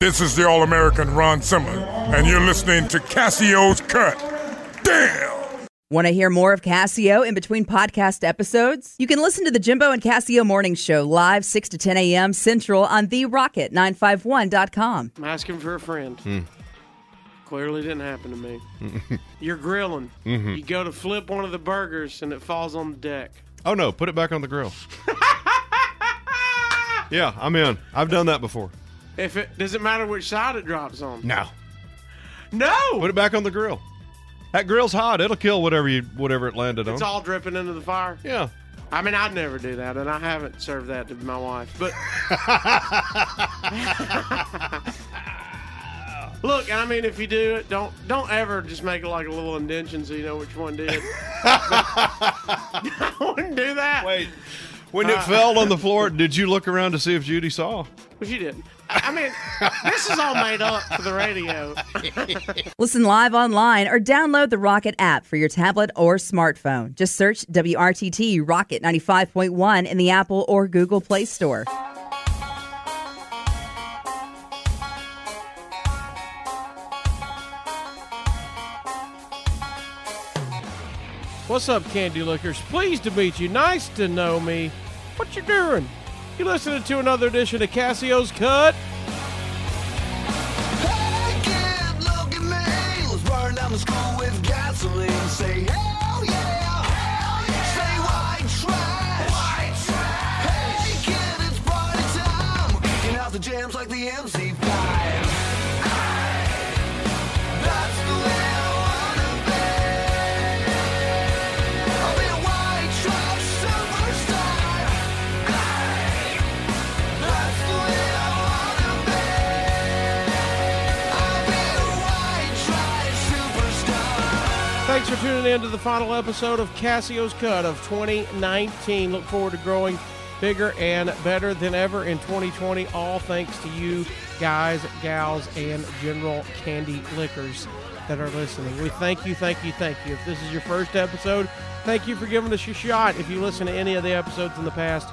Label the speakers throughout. Speaker 1: This is the All American Ron Simmons, and you're listening to Cassio's Cut. Damn!
Speaker 2: Want to hear more of Cassio in between podcast episodes? You can listen to the Jimbo and Cassio Morning Show live 6 to 10 a.m. Central on therocket951.com.
Speaker 3: I'm asking for a friend. Clearly didn't happen to me. You're grilling. You go to flip one of the burgers and it falls on the deck.
Speaker 4: Oh no, put it back on the grill. yeah, I'm in. I've done that before.
Speaker 3: If it doesn't matter which side it drops on.
Speaker 4: Now
Speaker 3: No,
Speaker 4: put it back on the grill. That grill's hot. It'll kill whatever you whatever it landed
Speaker 3: it's
Speaker 4: on.
Speaker 3: all dripping into the fire.
Speaker 4: yeah.
Speaker 3: I mean, I'd never do that, and I haven't served that to my wife. But look, I mean, if you do it, don't don't ever just make it like a little indention so you know which one did. I wouldn't do that.
Speaker 4: Wait. When
Speaker 3: Uh,
Speaker 4: it fell on the floor, did you look around to see if Judy saw?
Speaker 3: But you didn't. I I mean, this is all made up for the radio.
Speaker 2: Listen live online or download the Rocket app for your tablet or smartphone. Just search WRTT Rocket 95.1 in the Apple or Google Play Store.
Speaker 3: What's up, Candy Lookers? Pleased to meet you. Nice to know me. What you doing? You listening to another edition of Cassio's Cut?
Speaker 5: Hey kid, look at me. Was burning down the school with gasoline. Say hell yeah, hell yeah. Say white trash, white trash. Hey kid, it's party time. Kicking out the jams like the MC5. That's the way I wanna be. I'll be a white trash superstar. That's the way I wanna be. I'll be a white trash superstar.
Speaker 3: Thanks for tuning in to the final episode of Cassio's Cut of 2019. Look forward to growing bigger and better than ever in 2020, all thanks to you guys, gals, and general candy lickers that are listening. We thank you, thank you, thank you. If this is your first episode, thank you for giving us your shot. If you listen to any of the episodes in the past,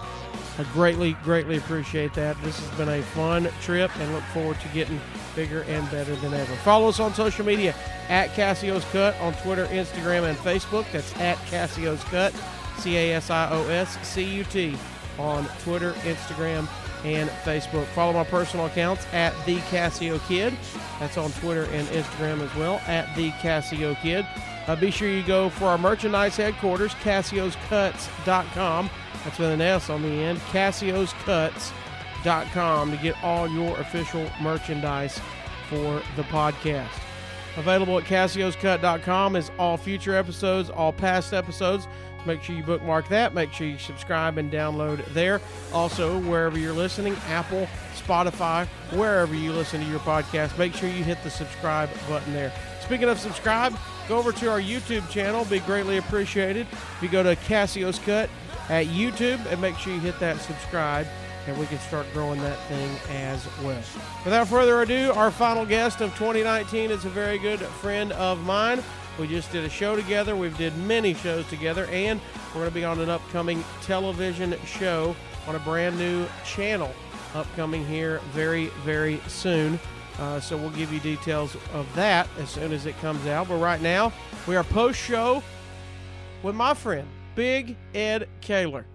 Speaker 3: I greatly, greatly appreciate that. This has been a fun trip and look forward to getting bigger and better than ever. Follow us on social media at Cassio's Cut on Twitter, Instagram, and Facebook. That's at Cassio's Cut, C A S I O S C U T, on Twitter, Instagram, and Facebook. Follow my personal accounts at The Cassio Kid. That's on Twitter and Instagram as well, at The Cassio Kid. Uh, be sure you go for our merchandise headquarters, Cassio'sCuts.com. That's with an S on the end, Cassio'sCuts.com to get all your official merchandise for the podcast. Available at Cassio'sCut.com is all future episodes, all past episodes. Make sure you bookmark that. Make sure you subscribe and download there. Also, wherever you're listening, Apple, Spotify, wherever you listen to your podcast, make sure you hit the subscribe button there. Speaking of subscribe, go over to our YouTube channel. Be greatly appreciated. If you go to Cassio's Cut at YouTube and make sure you hit that subscribe and we can start growing that thing as well. Without further ado, our final guest of 2019 is a very good friend of mine. We just did a show together. We've did many shows together, and we're going to be on an upcoming television show on a brand new channel upcoming here very, very soon. Uh, so we'll give you details of that as soon as it comes out. But right now, we are post show with my friend, Big Ed Kaler.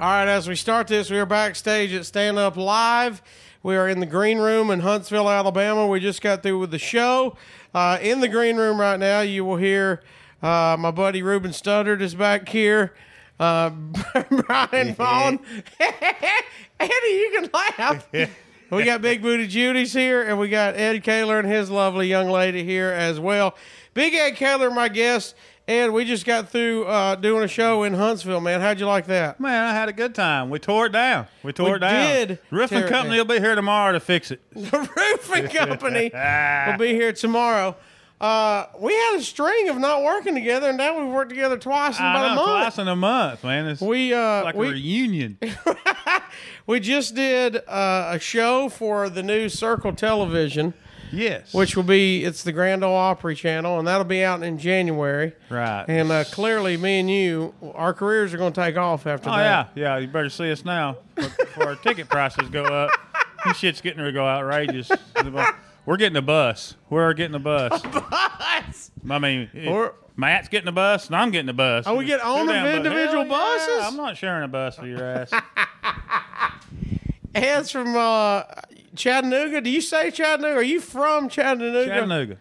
Speaker 3: All right, as we start this, we are backstage at Stand Up Live. We are in the green room in Huntsville, Alabama. We just got through with the show. Uh, in the green room right now, you will hear uh, my buddy Ruben Studdard is back here. Uh, Brian Vaughn. Eddie, you can laugh. we got Big Booty Judy's here, and we got Ed Kaler and his lovely young lady here as well. Big Ed Kaler, my guest. Ed, we just got through uh, doing a show in Huntsville, man. How'd you like that?
Speaker 6: Man, I had a good time. We tore it down. We tore
Speaker 3: We
Speaker 6: it down.
Speaker 3: did tear
Speaker 6: Roofing
Speaker 3: it
Speaker 6: company
Speaker 3: down.
Speaker 6: will be here tomorrow to fix it.
Speaker 3: the roofing company will be here tomorrow. Uh, we had a string of not working together, and now we've worked together twice in
Speaker 6: I
Speaker 3: about
Speaker 6: know,
Speaker 3: a month.
Speaker 6: twice in a month, man. It's
Speaker 3: we uh,
Speaker 6: like
Speaker 3: we,
Speaker 6: a reunion.
Speaker 3: we just did uh, a show for the new Circle Television,
Speaker 6: Yes.
Speaker 3: which will be it's the Grand Ole Opry channel, and that'll be out in January.
Speaker 6: Right.
Speaker 3: And uh, clearly, me and you, our careers are going to take off after
Speaker 6: oh
Speaker 3: that.
Speaker 6: yeah, yeah. You better see us now before our ticket prices go up. This shit's getting to go outrageous. We're getting a bus. We're getting a bus.
Speaker 3: Bus.
Speaker 6: I mean, it-
Speaker 3: Or-
Speaker 6: Matt's getting a bus, and I'm getting a bus.
Speaker 3: Are we getting
Speaker 6: Two
Speaker 3: on the
Speaker 6: damn bus-
Speaker 3: individual
Speaker 6: Hell yeah,
Speaker 3: buses?
Speaker 6: I'm not sharing a bus with your ass.
Speaker 3: Hands from uh, Chattanooga. Do you say Chattanooga? Are you from Chattanooga?
Speaker 6: Chattanooga.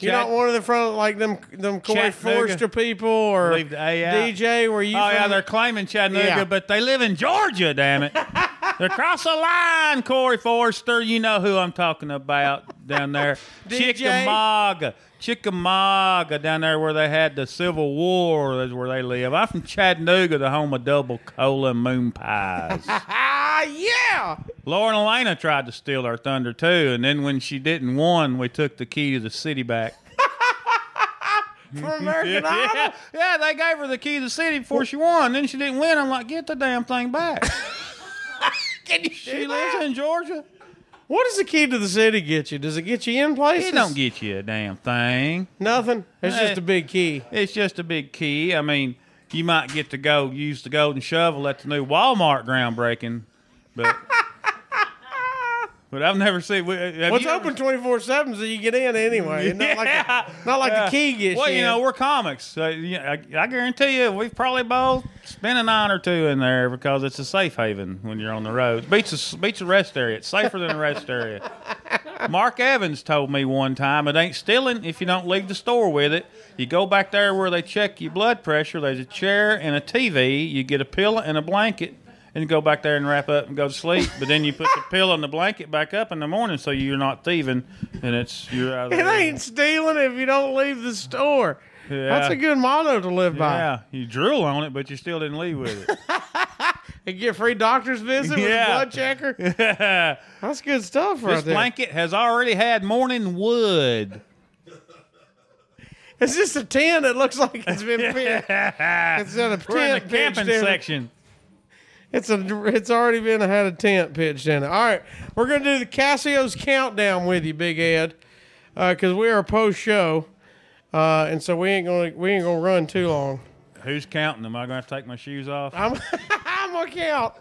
Speaker 3: You're not one of the front like them them Corey
Speaker 6: Chattanooga.
Speaker 3: Forster people or
Speaker 6: Leave the A out.
Speaker 3: DJ. Were you?
Speaker 6: Oh
Speaker 3: from?
Speaker 6: yeah, they're claiming Chattanooga,
Speaker 3: Yeah.
Speaker 6: but they live in Georgia. Damn it! they're across the line, Corey Forster. You know who I'm talking about down there,
Speaker 3: DJ.
Speaker 6: Chickamauga, Chickamauga down there where they had the Civil War. That's where they live. I'm from Chattanooga, the home of double cola and moon pies.
Speaker 3: ah yeah.
Speaker 6: Lauren Elena tried to steal our thunder too, and then when she didn't won, we took the key to the city back.
Speaker 3: From American Idol.
Speaker 6: yeah, yeah, they gave her the key to the city before she won. Then she didn't win. I'm like, get the damn thing back.
Speaker 3: Can you
Speaker 6: She
Speaker 3: do
Speaker 6: lives
Speaker 3: that?
Speaker 6: in Georgia.
Speaker 3: What does the key to the city get you? Does it get you in places?
Speaker 6: It don't get you a damn thing.
Speaker 3: nothing. It's
Speaker 6: Hey.
Speaker 3: just a big key.
Speaker 6: It's just a big key. I mean, you might get to go use the golden shovel at the new Walmart groundbreaking, but but I've never seen. we- have
Speaker 3: What's
Speaker 6: you ever-
Speaker 3: open twenty four seven so you get in anyway. It's Not like
Speaker 6: Yeah.
Speaker 3: the, not like
Speaker 6: Yeah.
Speaker 3: the key gets
Speaker 6: Well,
Speaker 3: you.
Speaker 6: you
Speaker 3: in.
Speaker 6: know, we're comics. So, yeah, I, I guarantee you, we've probably both spent a nine or two in there because it's a safe haven when you're on the road. Beats a, beats a rest area. It's safer than a rest area. Mark Evans told me one time it ain't stealing if you don't leave the store with it. You go back there where they check your blood pressure. There's a chair and a TV. You get a pillow and a blanket. And go back there and wrap up and go to sleep. But then you put the pillow and the blanket back up in the morning, so you're not thieving, and it's you're out of
Speaker 3: it
Speaker 6: there.
Speaker 3: ain't stealing if you don't leave the store. That's
Speaker 6: Yeah.
Speaker 3: a good motto to live by.
Speaker 6: Yeah, you drool on it, but you still didn't leave with it.
Speaker 3: And get free doctor's visit with a
Speaker 6: Yeah.
Speaker 3: blood checker. That's good stuff right
Speaker 6: this
Speaker 3: there.
Speaker 6: blanket has already had morning wood.
Speaker 3: It's just a tent that looks like it's been pitched. It's in a tent
Speaker 6: We're in the
Speaker 3: pitched in
Speaker 6: camping
Speaker 3: it.
Speaker 6: section.
Speaker 3: It's a it's already been had a tent pitched in it. All right, we're gonna do the Cassio's countdown with you, Big Ed, because we are post show, uh, and so we ain't gonna we ain't gonna run too long.
Speaker 6: Who's counting? Am I gonna have to take my shoes off?
Speaker 3: I'm I'm gonna count.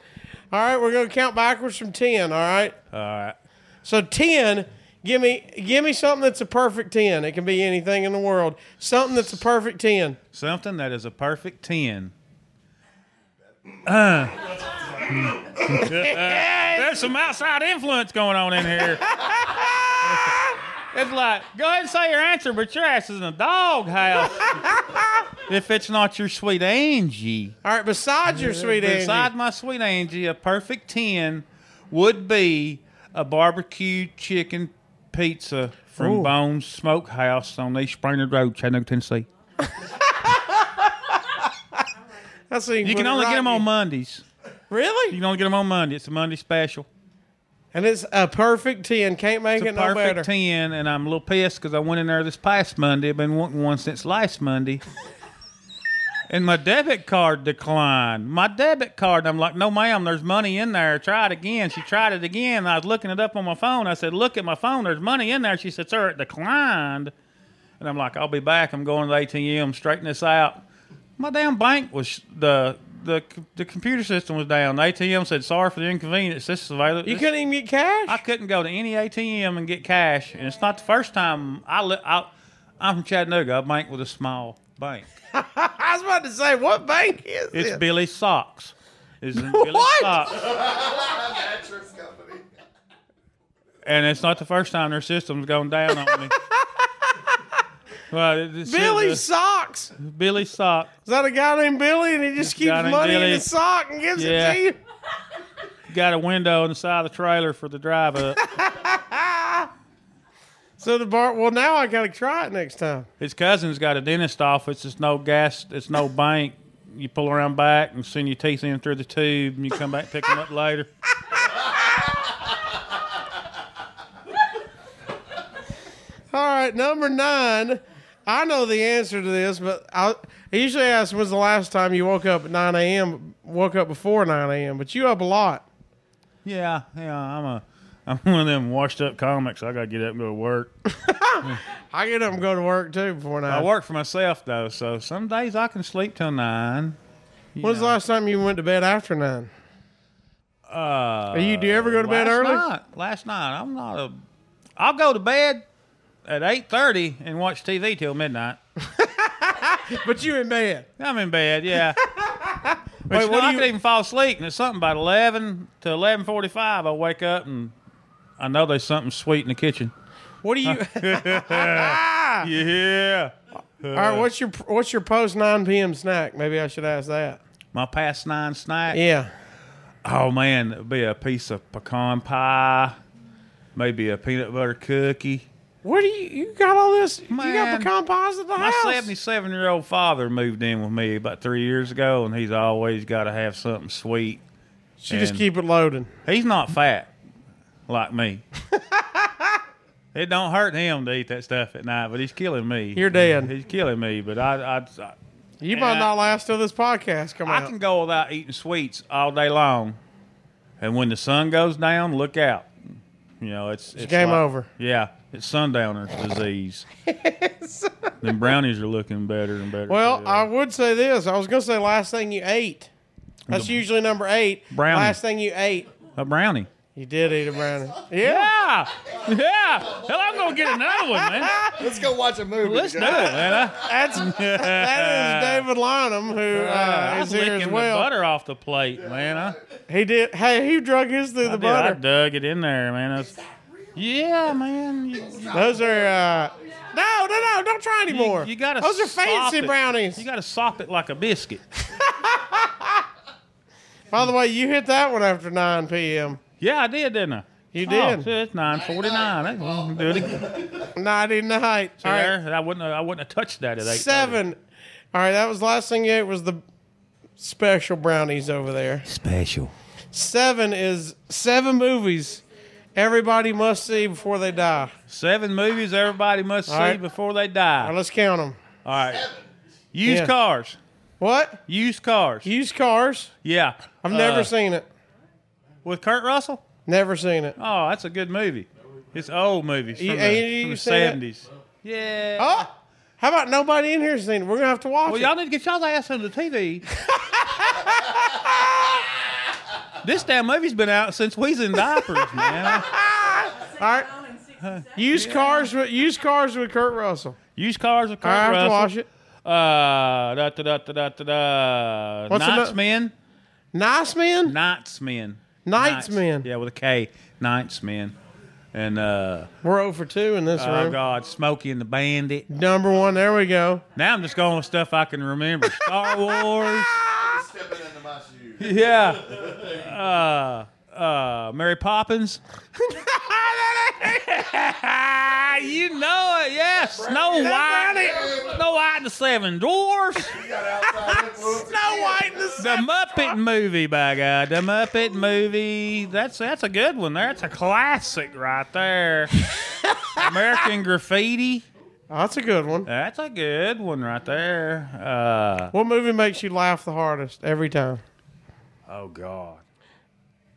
Speaker 3: All right, we're gonna count backwards from ten. All right.
Speaker 6: All right.
Speaker 3: So ten, give me give me something that's a perfect ten. It can be anything in the world. Something that's a perfect ten.
Speaker 6: Something that is a perfect ten. Uh, there's some outside influence going on in here. It's like, go ahead and say your answer, but your ass is in a doghouse. if it's not your sweet Angie.
Speaker 3: All right, besides your sweet Angie.
Speaker 6: Beside my sweet Angie, a perfect 10 would be a barbecue chicken pizza from
Speaker 3: Ooh.
Speaker 6: Bones Smokehouse on East Springard Road, Chattanooga, Tennessee.
Speaker 3: That's how
Speaker 6: You
Speaker 3: put
Speaker 6: can
Speaker 3: it
Speaker 6: only
Speaker 3: right.
Speaker 6: get them on Mondays. You
Speaker 3: Really?
Speaker 6: can only get them on Monday. It's a Monday special.
Speaker 3: And it's a perfect ten. Can't make
Speaker 6: It's a
Speaker 3: it no
Speaker 6: perfect
Speaker 3: better.
Speaker 6: 10, and I'm a little pissed because I went in there this past Monday. I've been wanting one since last Monday. And my debit card declined. My debit card. I'm like, no, ma'am, there's money in there. Try it again. She tried it again. I was looking it up on my phone. I said, look at my phone. There's money in there. She said, sir, it declined. And I'm like, I'll be back. I'm going to the ATM, straighten this out. My damn bank was the the the computer system was down. The ATM said, sorry for the inconvenience. This is available.
Speaker 3: You
Speaker 6: this-
Speaker 3: couldn't even get cash.
Speaker 6: I couldn't go to any ATM and get cash, and it's not the first time I li- I I'm from Chattanooga. I bank with a small bank.
Speaker 3: I was about to say, what bank is
Speaker 6: It's
Speaker 3: this?
Speaker 6: Billy Socks. It's in Billy
Speaker 3: What?
Speaker 6: Socks. And it's not the first time their system's gone down on me. well, it- it said,
Speaker 3: Billy
Speaker 6: uh,
Speaker 3: Socks. Is
Speaker 6: Billy Sock.
Speaker 3: that a guy named Billy, and he just keeps
Speaker 6: guy named
Speaker 3: money in
Speaker 6: Billy.
Speaker 3: his sock and gives
Speaker 6: Yeah.
Speaker 3: it to you?
Speaker 6: Got a window on the side of the trailer for the drive up.
Speaker 3: So the bar. Well, now I gotta try it next time.
Speaker 6: His cousin's got a dentist office. It's no gas. It's no bank. You pull around back and send your teeth in through the tube, and you come back and pick them up later.
Speaker 3: All right, number nine. I know the answer to this, but I, I usually ask when's the last time you woke up at 9 a.m. Woke up before 9 a.m., but you up a lot.
Speaker 6: Yeah, yeah. I'm a, I'm one of them washed up comics. I gotta get up and go to work.
Speaker 3: I get up and go to work too before 9.
Speaker 6: I work for myself though, so some days I can sleep till nine.
Speaker 3: When's the last time you went to bed after 9? Are you do you ever go to bed
Speaker 6: Uh, last
Speaker 3: early?
Speaker 6: Night, last night, I'm not a. I'll go to bed at eight thirty and watch TV till midnight.
Speaker 3: But you in bed.
Speaker 6: I'm in bed, yeah. but
Speaker 3: Wait,
Speaker 6: you
Speaker 3: what
Speaker 6: know,
Speaker 3: do
Speaker 6: I
Speaker 3: you-
Speaker 6: could even fall asleep, and it's something about eleven to eleven forty-five. I wake up and I know there's something sweet in the kitchen.
Speaker 3: What do you? All
Speaker 6: Yeah,
Speaker 3: right. What's your What's your post nine p.m. snack? Maybe I should ask that.
Speaker 6: my past nine snack.
Speaker 3: Yeah.
Speaker 6: Oh man, it'd be a piece of pecan pie, maybe a peanut butter cookie.
Speaker 3: What do you? You got all this? you got
Speaker 6: Man,
Speaker 3: pecan pies at the
Speaker 6: My
Speaker 3: house.
Speaker 6: seventy-seven year old father moved in with me about three years ago, and he's always got to have something sweet.
Speaker 3: She just
Speaker 6: and-
Speaker 3: keep it loading.
Speaker 6: He's not fat like me. it don't hurt him to eat that stuff at night, but he's killing me.
Speaker 3: You're dead.
Speaker 6: He's killing me, but I I, I,
Speaker 3: You might
Speaker 6: I-
Speaker 3: not last till this podcast come
Speaker 6: I
Speaker 3: out.
Speaker 6: can go without eating sweets all day long, and when the sun goes down, look out. You know, it's, it's
Speaker 3: game
Speaker 6: like-
Speaker 3: over.
Speaker 6: Yeah, it's sundowner disease. Then brownies are looking better and better.
Speaker 3: well,
Speaker 6: too.
Speaker 3: I would say this. I was gonna say last thing you ate. That's usually number eight.
Speaker 6: Brownie.
Speaker 3: Last thing you ate.
Speaker 6: a brownie.
Speaker 3: You did eat a brownie. Yeah.
Speaker 6: Yeah, Ah! yeah. Hell, I'm gonna get another one, man.
Speaker 7: Let's go watch a movie.
Speaker 6: Let's do it,
Speaker 7: together.
Speaker 6: man. I-
Speaker 3: That's that is David Lynham who
Speaker 6: I
Speaker 3: uh, is
Speaker 6: was
Speaker 3: here as
Speaker 6: licking the
Speaker 3: well.
Speaker 6: butter off the plate, man. I,
Speaker 3: He did. Hey, he drug his through the
Speaker 6: I, did, I
Speaker 3: butter.
Speaker 6: dug it in there, man. I was, yeah, man. You, you-
Speaker 3: Those are. Uh, no, no, no! Don't try anymore.
Speaker 6: you gotta
Speaker 3: Those are
Speaker 6: sop
Speaker 3: fancy
Speaker 6: it.
Speaker 3: brownies.
Speaker 6: You got to sop it like a biscuit.
Speaker 3: By the way, you hit that one after 9 p.m.
Speaker 6: Yeah, I did, didn't I?
Speaker 3: You
Speaker 6: Oh,
Speaker 3: did.
Speaker 6: shit, it's nine forty nine. Do it again.
Speaker 3: Nighty night. All
Speaker 6: There,
Speaker 3: right,
Speaker 6: I wouldn't. Have, I wouldn't have touched that at eight.
Speaker 3: seven. All right, that was the last thing you ate was the special brownies over there.
Speaker 6: special.
Speaker 3: Seven is seven movies everybody must see before they die.
Speaker 6: Seven movies everybody must see
Speaker 3: right.
Speaker 6: before they
Speaker 3: All
Speaker 6: die.
Speaker 3: right, let's count them.
Speaker 6: All right. Used
Speaker 3: Yeah.
Speaker 6: cars.
Speaker 3: What?
Speaker 6: Used cars.
Speaker 3: Used cars?
Speaker 6: Yeah.
Speaker 3: I've never
Speaker 6: Uh,
Speaker 3: seen it.
Speaker 6: with Kurt Russell.
Speaker 3: Never seen it.
Speaker 6: Oh, that's a good movie. It's old movies from
Speaker 3: You-
Speaker 6: the,
Speaker 3: you
Speaker 6: from the
Speaker 3: seen it?
Speaker 6: seventies. Yeah.
Speaker 3: Oh, how about nobody in here's seen it? We're gonna have to watch
Speaker 6: Well,
Speaker 3: it.
Speaker 6: y'all need to get y'all's ass on the TV. this damn movie's been out since we's in diapers, man.
Speaker 3: All right. Used cars with used cars with Kurt Russell.
Speaker 6: Used cars with Kurt
Speaker 3: I have
Speaker 6: Russell.
Speaker 3: to watch it.
Speaker 6: Uh, da da da da da da. da.
Speaker 3: What's
Speaker 6: Knights
Speaker 3: ano-
Speaker 6: Men.
Speaker 3: Nice man.
Speaker 6: Knights Men.
Speaker 3: Knights Men.
Speaker 6: Yeah, with a K. Knights Men. And uh,
Speaker 3: We're over two in this
Speaker 6: oh
Speaker 3: room.
Speaker 6: God, Smokey and the Bandit.
Speaker 3: Number one. There we go.
Speaker 6: Now I'm just going with stuff I can remember. Star Wars.
Speaker 7: Stepping into my shoes.
Speaker 6: Yeah. Uh, uh, Mary Poppins. you know it, yeah. Snow White. Snow White and the Seven Dwarfs.
Speaker 3: Snow White and the
Speaker 6: The Muppet movie, by God. The Muppet movie. That's that's a good one there. That's a classic right there. American Graffiti.
Speaker 3: Oh, that's a good one.
Speaker 6: That's a good one right there. Uh,
Speaker 3: What movie makes you laugh the hardest every time?
Speaker 6: oh, God.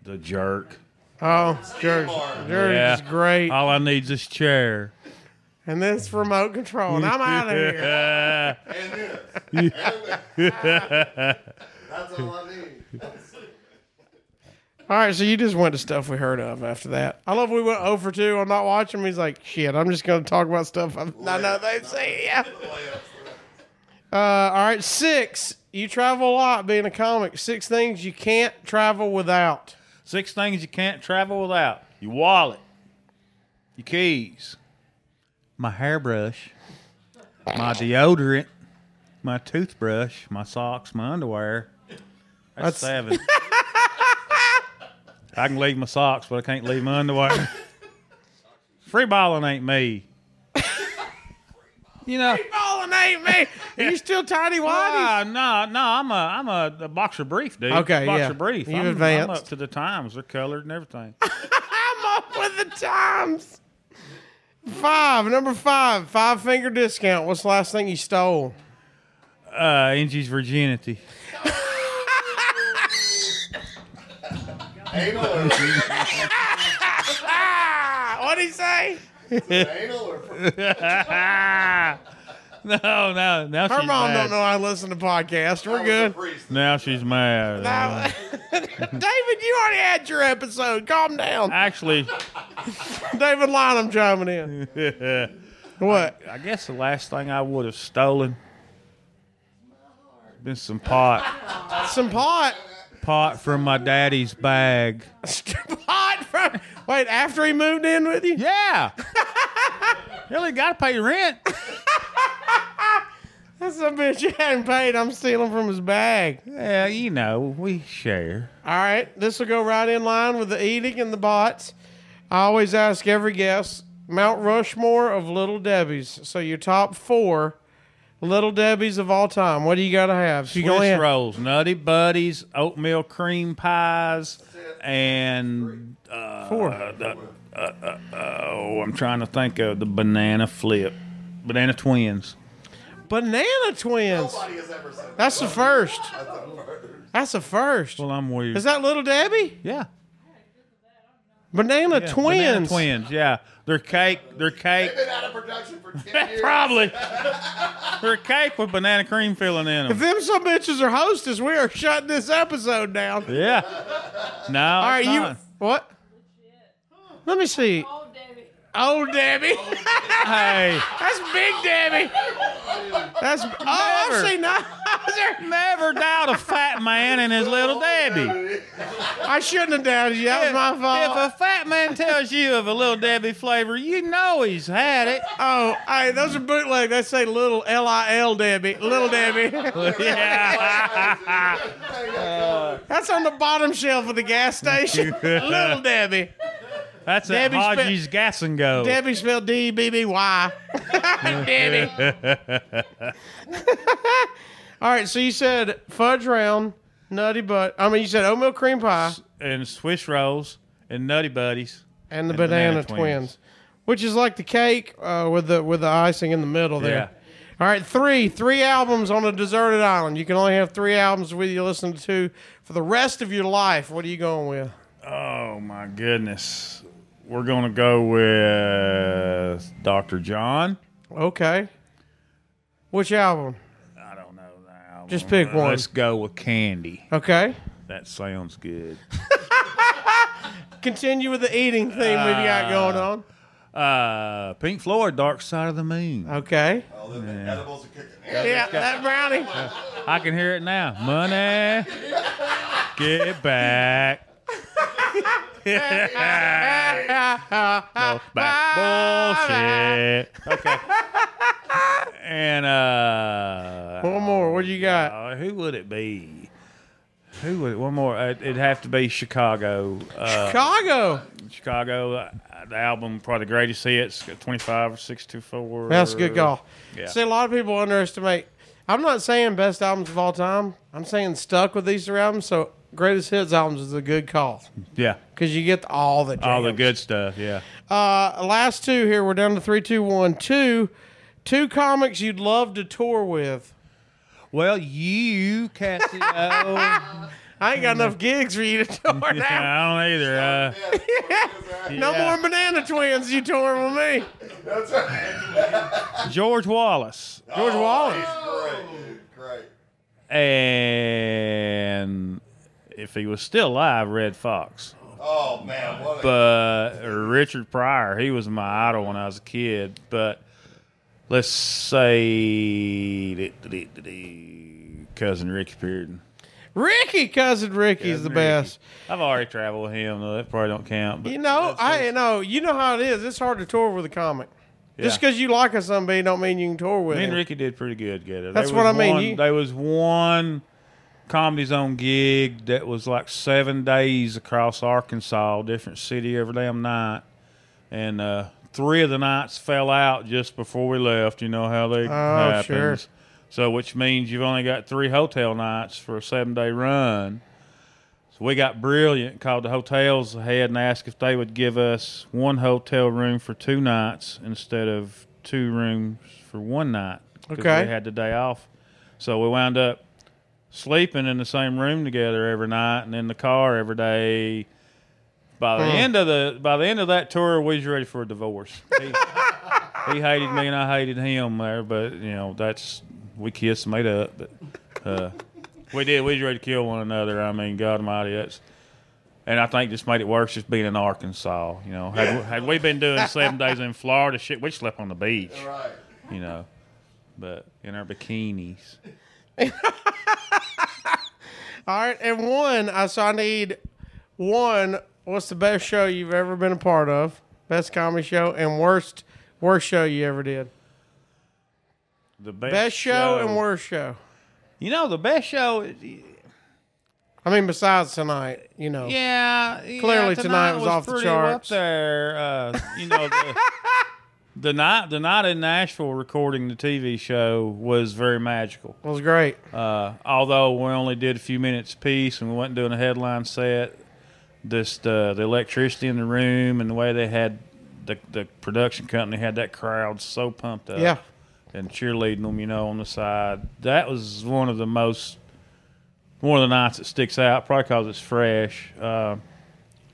Speaker 6: The Jerk.
Speaker 3: Oh, Jerry. Jerry's
Speaker 6: Yeah.
Speaker 3: great.
Speaker 6: All I need is this chair.
Speaker 3: And this remote control. And I'm out of here.
Speaker 6: Uh,
Speaker 7: That's all I need.
Speaker 3: All right, so you just went to stuff we heard of after that. I love we went over two on not watching. He's like, shit, I'm just going to talk about stuff I've, I know they've seen. Yeah. Uh, all right, six. You travel a lot being a comic. Six things you can't travel without.
Speaker 6: Six things you can't travel without your wallet, your keys, my hairbrush, my deodorant, my toothbrush, my socks, my underwear.
Speaker 3: That's-
Speaker 6: That's, seven. I can leave my socks, but I can't leave my underwear. Free balling ain't me. You know,
Speaker 3: Falling ain't me. Are you still tiny whitey?
Speaker 6: Ah, no, no, I'm a I'm a, a boxer brief, dude.
Speaker 3: Okay,
Speaker 6: boxer
Speaker 3: yeah.
Speaker 6: brief.
Speaker 3: You've
Speaker 6: I'm, I'm
Speaker 3: advanced.
Speaker 6: up to the times. They're colored and everything.
Speaker 3: I'm up with the times. Five, number five, five finger discount. What's the last thing you stole?
Speaker 6: uh, Angie's virginity.
Speaker 7: Anal or,
Speaker 3: Ah, what'd he say?
Speaker 7: anal or
Speaker 6: Ah, No, no, now
Speaker 3: Her
Speaker 6: she's
Speaker 3: mom
Speaker 6: mad.
Speaker 3: don't know I listen to podcasts. We're good.
Speaker 6: Now she's mad.
Speaker 3: Now- David, you already had your episode. Calm down.
Speaker 6: Actually,
Speaker 3: David Lynham chiming in. what?
Speaker 6: I guess the last thing I would have stolen been some pot,
Speaker 3: Some pot.
Speaker 6: pot from my daddy's bag.
Speaker 3: pot from. Wait, after he moved in with you?
Speaker 6: Yeah, really got to pay rent.
Speaker 3: That's a bitch you hadn't paid. I'm stealing from his bag.
Speaker 6: Yeah, you know we share.
Speaker 3: All right, this will go right in line with the eating and the bots. I always ask every guest Mount Rushmore of Little Debbie's. So your top four Little Debbie's of all time. What do you got to have? So you go
Speaker 6: Swiss
Speaker 3: in.
Speaker 6: rolls, Nutty Buddies, oatmeal cream pies, and uh,
Speaker 3: Four.
Speaker 6: the- uh, uh, oh, I'm trying to think of the banana flip, banana twins.
Speaker 3: Banana Twins. That's the first. That's the first.
Speaker 6: Well, I'm weird.
Speaker 3: Is that Little Debbie?
Speaker 6: yeah?
Speaker 3: Banana
Speaker 6: yeah,
Speaker 3: Twins.
Speaker 6: banana twins. Yeah, their cake, their cake,
Speaker 7: Been out of production for 10 years.
Speaker 6: probably their cake with banana cream filling in
Speaker 3: If
Speaker 6: them.
Speaker 3: them some bitches are hostess, we are shutting this episode down.
Speaker 6: Yeah. No.
Speaker 3: All right, you what? Let me see. Old Debbie.
Speaker 6: Hey,
Speaker 3: That's Big Debbie. That's oh, I've
Speaker 6: Never.
Speaker 3: seen that.
Speaker 6: never doubt a fat man and his little Debbie.
Speaker 3: I shouldn't have doubted you. That was my fault.
Speaker 6: If a fat man tells you of a little Debbie flavor, you know he's had it.
Speaker 3: oh, hey, those are bootleg. They say little L I L Debbie, little Debbie.
Speaker 6: yeah.
Speaker 3: That's on the bottom shelf of the gas station. little Debbie.
Speaker 6: That's a
Speaker 3: Debbie spent-
Speaker 6: Hodges gas and go.
Speaker 3: Debbie spelled D B B Y. Debbie. All right, so you said fudge round, nutty butt. I mean, you said oatmeal cream pie
Speaker 6: and Swiss rolls and Nutty Buddies.
Speaker 3: and the
Speaker 6: And
Speaker 3: banana,
Speaker 6: banana
Speaker 3: twins.
Speaker 6: twins.
Speaker 3: which is like the cake uh, with the with the icing in the middle there.
Speaker 6: Yeah.
Speaker 3: All right, three three albums on a deserted island. You can only have three albums with you listen to for the rest of your life. What are you going with?
Speaker 6: Oh my goodness. We're gonna go with Dr. John.
Speaker 3: Okay, which album?
Speaker 6: I don't know now.
Speaker 3: Just pick one.
Speaker 6: Let's go with Candy.
Speaker 3: Okay,
Speaker 6: That sounds good.
Speaker 3: continue with the eating theme we've got going on.
Speaker 6: Uh, Pink Floyd, Dark Side of the Moon.
Speaker 3: Okay.
Speaker 7: All Oh, the edibles are kicking.
Speaker 3: Yeah, that brownie.
Speaker 6: I can hear it now. Money, get back. Back bullshit. Okay. And uh,
Speaker 3: One more. What do you got?
Speaker 6: uh, who would it be? Who would it? One more. It- It'd have to be Chicago. Uh,
Speaker 3: Chicago.
Speaker 6: Chicago. Uh, the album probably the greatest hits. Twenty five or six two four.
Speaker 3: That's a good call.
Speaker 6: Yeah.
Speaker 3: See, a lot of people underestimate. I'm not saying best albums of all time. I'm saying stuck with these three albums. So greatest hits albums is a good call
Speaker 6: Yeah.
Speaker 3: because you get all the
Speaker 6: All the
Speaker 3: jams.
Speaker 6: good stuff. Yeah.
Speaker 3: Uh, last two here. We're down to three, two, one, two. Two comics you'd love to tour with.
Speaker 6: Well, you Casio.
Speaker 3: I ain't got enough gigs for you to tour now.
Speaker 6: Yeah, I don't either. Uh,
Speaker 3: No more Banana Twins. You touring with me?
Speaker 7: That's right.
Speaker 6: George Wallace
Speaker 3: George Wallace.
Speaker 7: Great, dude. Great.
Speaker 6: and if he was still alive, Red Fox.
Speaker 7: Oh, man. What a
Speaker 6: But Richard Pryor, he was my idol when I was a kid. But let's say cousin Ricky Pearson.
Speaker 3: Ricky, cousin Ricky's the
Speaker 6: Cousin Ricky.
Speaker 3: best.
Speaker 6: I've already traveled with him. though That probably don't count. But
Speaker 3: You know, I know. You know how it is. It's hard to tour with a comic. Just
Speaker 6: Yeah.
Speaker 3: because you like a somebody don't mean you can tour with
Speaker 6: Me and
Speaker 3: him.
Speaker 6: Ricky did pretty good together.
Speaker 3: That's
Speaker 6: There
Speaker 3: what
Speaker 6: was
Speaker 3: I mean.
Speaker 6: one-
Speaker 3: You-
Speaker 6: There was one Comedy Zone gig that was like seven days across Arkansas, different city every damn night, and uh, three of the nights fell out just before we left. You know how they happens.
Speaker 3: Oh, sure.
Speaker 6: So, which means you've only got three hotel nights for a seven day run. So we got brilliant, called the hotels ahead and asked if they would give us one hotel room for two nights instead of two rooms for one night. 'cause
Speaker 3: Okay.
Speaker 6: We had the day off. So we wound up sleeping in the same room together every night and in the car every day. By the end of the by the end of that tour, we was ready for a divorce. He, he hated me and I hated him there, but you know that's we kissed, made up, but uh, we did. We was ready to kill one another. I mean, God Almighty, that's. And I think just made it worse just being in Arkansas. You know, had, had we been doing seven days in Florida, shit, we slept on the beach.
Speaker 7: Right.
Speaker 6: You know, but in our bikinis.
Speaker 3: All right, and one. I so I need one. What's the best show you've ever been a part of? Best comedy show and worst worst show you ever did.
Speaker 6: The best,
Speaker 3: Best show and worst show.
Speaker 6: You know, the best show.
Speaker 3: I mean, besides tonight, you know.
Speaker 6: Yeah, yeah,
Speaker 3: Clearly tonight was off the
Speaker 6: pretty
Speaker 3: charts.
Speaker 6: Up there, uh, you know, the, the night the night in Nashville recording the TV show was very magical.
Speaker 3: It was great.
Speaker 6: Uh, although we only did a few minutes piece and we wasn't doing a headline set, just uh, the electricity in the room and the way they had the the production company had that crowd so pumped up
Speaker 3: yeah.
Speaker 6: and cheerleading them, you know, on the side. That was one of the most, one of the nights that sticks out, probably because it's fresh. Uh,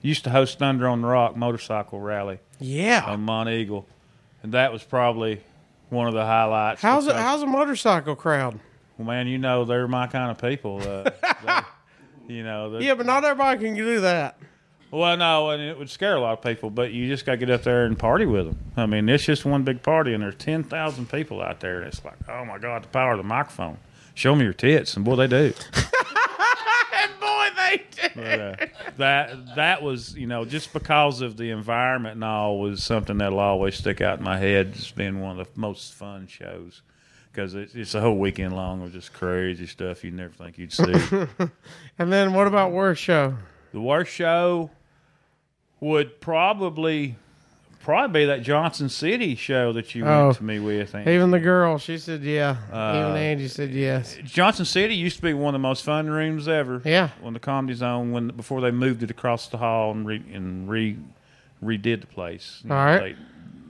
Speaker 6: used to host Thunder on the Rock motorcycle rally
Speaker 3: Yeah.
Speaker 6: on Mont Eagle, and that was probably one of the highlights.
Speaker 3: How's it,
Speaker 6: because-
Speaker 3: how's a motorcycle crowd?
Speaker 6: Well, man, you know they're my kind of people. Uh, they- you know, they-
Speaker 3: Yeah, but not everybody can do that.
Speaker 6: well, no, and it would scare a lot of people, but you just got to get up there and party with them. I mean, it's just one big party, and there's 10,000 people out there, and it's like, oh my God, the power of the microphone. Show me your tits, and boy, they do.
Speaker 3: And boy, they did.
Speaker 6: But, uh, that that was, you know, just because of the environment and all was something that'll always stick out in my head. It's been one of the most fun shows because it's, it's a whole weekend long of just crazy stuff you never think you'd see.
Speaker 3: And then what about worst show?
Speaker 6: The worst show would probably probably be that Johnson City show that you
Speaker 3: Oh.
Speaker 6: went to me with. Andy.
Speaker 3: Even the girl, she said yeah.
Speaker 6: Uh,
Speaker 3: Even Angie said yes.
Speaker 6: Johnson City used to be one of the most fun rooms ever.
Speaker 3: Yeah.
Speaker 6: on the Comedy Zone when before they moved it across the hall and re, and re redid the place. You
Speaker 3: All right.
Speaker 6: They,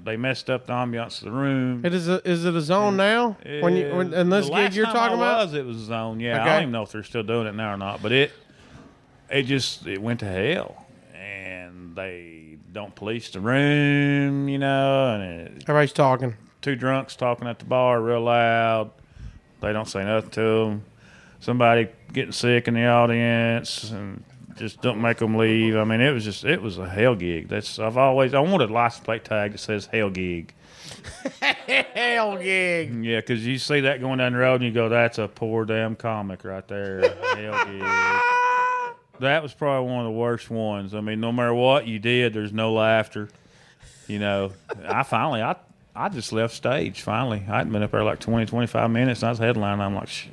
Speaker 6: they messed up the ambiance of the room.
Speaker 3: It is a, is it a zone now? When you when, and this
Speaker 6: Mm. Uh, The
Speaker 3: gig
Speaker 6: last
Speaker 3: you're
Speaker 6: time
Speaker 3: talking
Speaker 6: I
Speaker 3: about?
Speaker 6: was, it was zone. Yeah, I
Speaker 3: Okay.
Speaker 6: don't even know if they're still doing it now or not, but it it just it went to hell, and they don't police the room, you know, and it,
Speaker 3: Everybody's talking.
Speaker 6: two drunks talking at the bar real loud. They don't say nothing to them. Somebody getting sick in the audience, and just don't make them leave. I mean, it was just it was a hell gig. That's I've always I wanted a license plate tag that says hell gig.
Speaker 3: Hell gig.
Speaker 6: Mm, Yeah, because you see that going down the road and you go, that's a poor damn comic right there. Hell yeah. That was probably one of the worst ones. I mean, no matter what you did, there's no laughter. You know, I finally, I I just left stage finally. I hadn't been up there like 20, 25 minutes and I was headlining. I'm like, Shh,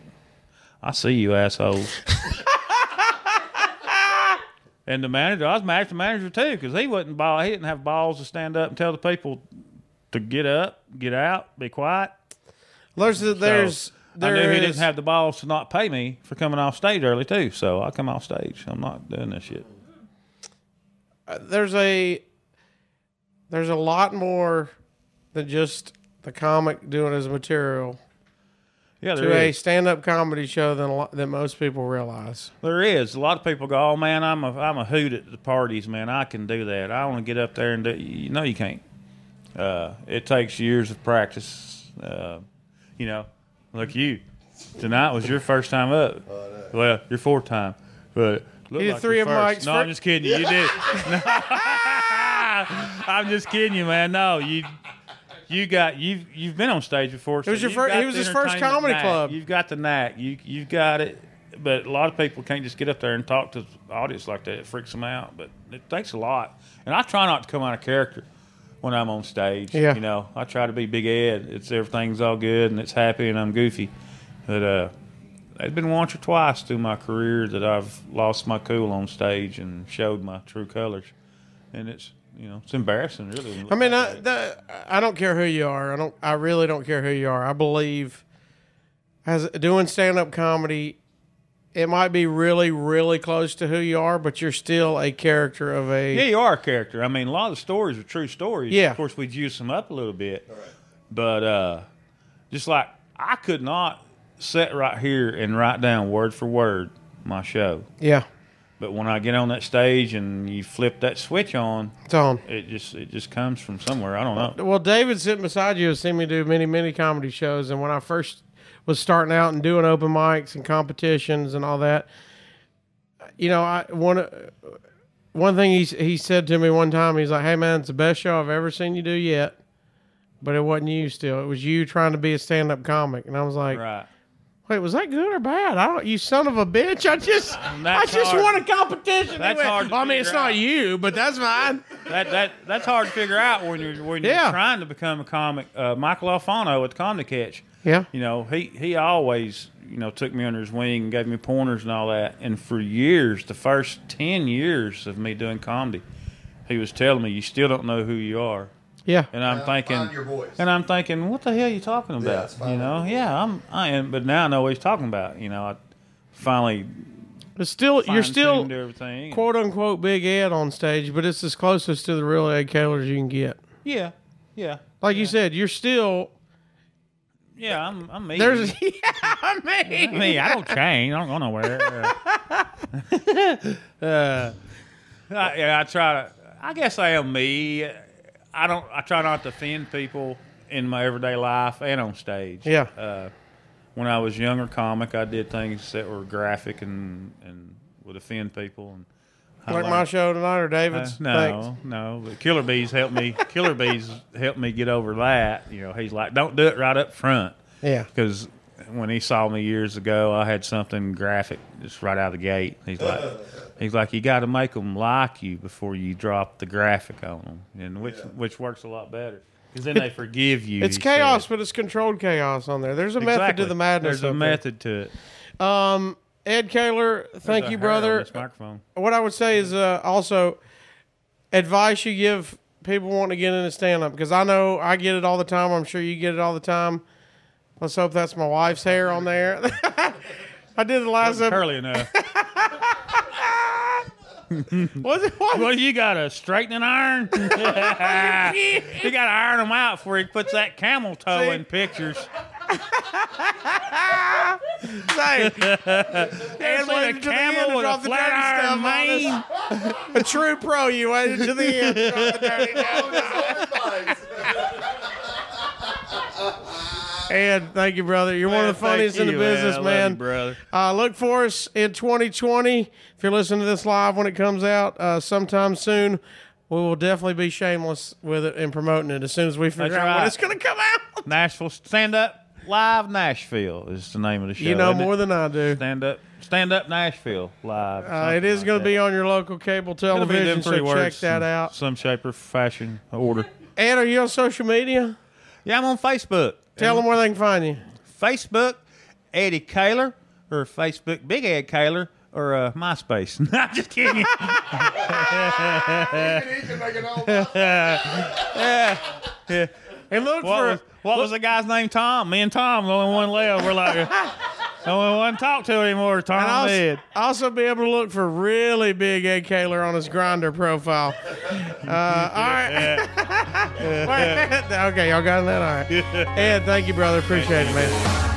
Speaker 6: I see you assholes. and the manager, I was mad at the manager too because he wasn't ball. He didn't have balls to stand up and tell the people to get up, get out, be quiet.
Speaker 3: There's there's
Speaker 6: So,
Speaker 3: there's
Speaker 6: I knew he didn't have the balls to not pay me for coming off stage early too, so I come off stage. I'm not doing this shit.
Speaker 3: there's a there's a lot more than just the comic doing his material
Speaker 6: Yeah, there
Speaker 3: to a
Speaker 6: is.
Speaker 3: stand-up comedy show than a lot, than most people realize.
Speaker 6: There is. A lot of people go, "Oh man, I'm a I'm a hoot at the parties, man. I can do that. I want to get up there and do." You know, you can't. Uh, it takes years of practice. Uh, you know, like you. Tonight was your first time up. Well, your fourth time, but. looked
Speaker 3: You did
Speaker 6: like
Speaker 3: three
Speaker 6: your
Speaker 3: of Mike's
Speaker 6: first. No,
Speaker 3: fir-
Speaker 6: I'm just kidding you. You did. No. I'm just kidding you, man. No, you you got you've you've been on stage before. so
Speaker 3: was your
Speaker 6: you've
Speaker 3: fir-
Speaker 6: got
Speaker 3: it was
Speaker 6: the
Speaker 3: his first
Speaker 6: entertainment
Speaker 3: comedy
Speaker 6: knack.
Speaker 3: club.
Speaker 6: You've got the knack. You you've got it. But a lot of people can't just get up there and talk to the audience like that. It freaks them out. But it takes a lot. And I try not to come out of character when I'm on stage.
Speaker 3: Yeah.
Speaker 6: You know, I try to be Big Ed. It's everything's all good and it's happy and I'm goofy. But uh, it's been once or twice through my career that I've lost my cool on stage and showed my true colors. And it's you know it's embarrassing really. when you
Speaker 3: I
Speaker 6: look
Speaker 3: mean,
Speaker 6: back
Speaker 3: I,
Speaker 6: at it.
Speaker 3: the, I don't care who you are. I don't. I really don't care who you are. I believe as doing stand-up comedy, it might be really, really close to who you are, but you're still a character of a.
Speaker 6: Yeah, you are a character. I mean, a lot of the stories are true stories.
Speaker 3: Yeah.
Speaker 6: Of course, we juice them up a little bit. But uh, just like I could not sit right here and write down word for word my show.
Speaker 3: yeah.
Speaker 6: But when I get on that stage and you flip that switch on,
Speaker 3: It's on.
Speaker 6: it just it just comes from somewhere. I don't know.
Speaker 3: Well, David sitting beside you has seen me do many, many comedy shows. And when I first was starting out and doing open mics and competitions and all that, you know, I one one thing he he said to me one time, he's like, "Hey man, it's the best show I've ever seen you do yet." But it wasn't you still. It was you trying to be a stand up comic. And I was like,
Speaker 6: Right.
Speaker 3: Wait, was that good or bad? I don't. You son of a bitch! I just, I
Speaker 6: That's
Speaker 3: just
Speaker 6: hard.
Speaker 3: won a competition.
Speaker 6: That's
Speaker 3: He went,
Speaker 6: hard to
Speaker 3: I mean, it's
Speaker 6: figure
Speaker 3: not
Speaker 6: out.
Speaker 3: you, but that's fine.
Speaker 6: That that that's hard to figure out when you're when
Speaker 3: Yeah.
Speaker 6: you're trying to become a comic. Uh, Michael Alfano at Comedy Catch.
Speaker 3: Yeah.
Speaker 6: You know, he he always, you know, took me under his wing and gave me pointers and all that. And for years, the first ten years of me doing comedy, he was telling me, "You still don't know who you are."
Speaker 3: Yeah.
Speaker 6: And I'm
Speaker 7: Yeah,
Speaker 6: thinking,
Speaker 7: find your voice.
Speaker 6: and I'm thinking, what the hell are you talking about?
Speaker 7: it's fine.
Speaker 6: you know, yeah, I'm, I am, but now I know what he's talking about. You know, I finally,
Speaker 3: But still, you're still
Speaker 6: fine-tuned everything.
Speaker 3: quote unquote big Ed on stage, but it's as closest to the real Ed Keller as you can get.
Speaker 6: yeah, yeah,
Speaker 3: Like you said, you're still
Speaker 6: yeah. I'm, I'm me.
Speaker 3: there's. Yeah, I
Speaker 6: I
Speaker 3: mean,
Speaker 6: mean, I don't change. I don't go nowhere. Uh, I, yeah, I try to. I guess I am me. I don't. I try not to offend people in my everyday life and on stage.
Speaker 3: Yeah.
Speaker 6: Uh, when I was younger, comic, I did things that were graphic and and would offend people. And I
Speaker 3: like
Speaker 6: learned-
Speaker 3: my show tonight or
Speaker 6: uh,
Speaker 3: David's.
Speaker 6: no,
Speaker 3: Thanks.
Speaker 6: no. But Killer Bees helped me. Killer Bees helped me get over that. You know, he's like, don't do it right up front
Speaker 3: Yeah.
Speaker 6: because when he saw me years ago, I had something graphic just right out of the gate. He's like, he's like, you got to make them like you before you drop the graphic on them, and which which works a lot better because then they forgive you.
Speaker 3: It's
Speaker 6: he
Speaker 3: chaos,
Speaker 6: said.
Speaker 3: but it's controlled chaos on there. There's a method to
Speaker 6: Exactly.
Speaker 3: the madness.
Speaker 6: There's a
Speaker 3: up there.
Speaker 6: method to it.
Speaker 3: Ed Kaler, thank
Speaker 6: There's
Speaker 3: you,
Speaker 6: a hair on
Speaker 3: brother.
Speaker 6: this microphone.
Speaker 3: what I would say is uh, also advice you give people wanting to get into stand up because I know I get it all the time. I'm sure you get it all the time. Let's hope that's my wife's hair on there. I did the last episode.
Speaker 6: Curly enough.
Speaker 3: Was it? What?
Speaker 6: well, you got a straightening iron. you got to iron them out before he puts that camel toe
Speaker 3: See?
Speaker 6: in pictures.
Speaker 3: Say, and
Speaker 6: Seen a
Speaker 3: waited to the end to
Speaker 6: camel with a
Speaker 3: drop the
Speaker 6: flat iron
Speaker 3: dirty
Speaker 6: mane.
Speaker 3: stuff on us. A true pro, you waited to the end. to drop the dirty stuff. And thank you, brother. You're one of the
Speaker 6: Man,
Speaker 3: funniest
Speaker 6: thank
Speaker 3: in the
Speaker 6: you,
Speaker 3: business,
Speaker 6: I love
Speaker 3: man.
Speaker 6: you, brother.
Speaker 3: Uh, look for us in 2020. If you're listening to this live when it comes out uh, sometime soon, we will definitely be shameless with it and promoting it as soon as we figure
Speaker 6: That's
Speaker 3: out when
Speaker 6: right.
Speaker 3: it's going to come out.
Speaker 6: Nashville Stand Up Live Nashville is the name of the show.
Speaker 3: You know
Speaker 6: isn't
Speaker 3: more
Speaker 6: it?
Speaker 3: than I do.
Speaker 6: Stand Up Stand Up Nashville Live.
Speaker 3: Uh, it is going to be on your local cable television, so check
Speaker 6: Mm.
Speaker 3: that out.
Speaker 6: Some shape or fashion order.
Speaker 3: And are you on social media?
Speaker 6: Yeah, I'm on Facebook.
Speaker 3: Tell them where they can find you.
Speaker 6: Facebook, Eddie Kaler, or Facebook, Big Ed Kaler, or uh, MySpace. No, I'm just kidding.
Speaker 7: You can make it all.
Speaker 3: And look
Speaker 6: What,
Speaker 3: for
Speaker 6: was, what was the guy's name? Tom. Me and Tom, the only one left. We're like, the only one to talk to anymore. Tom
Speaker 3: And also,
Speaker 6: Ed.
Speaker 3: also be able to look for really big Ed Kaler on his grinder profile. Uh, all right. Wait, okay, y'all got that? All right. Ed, thank you, brother. Appreciate it, man.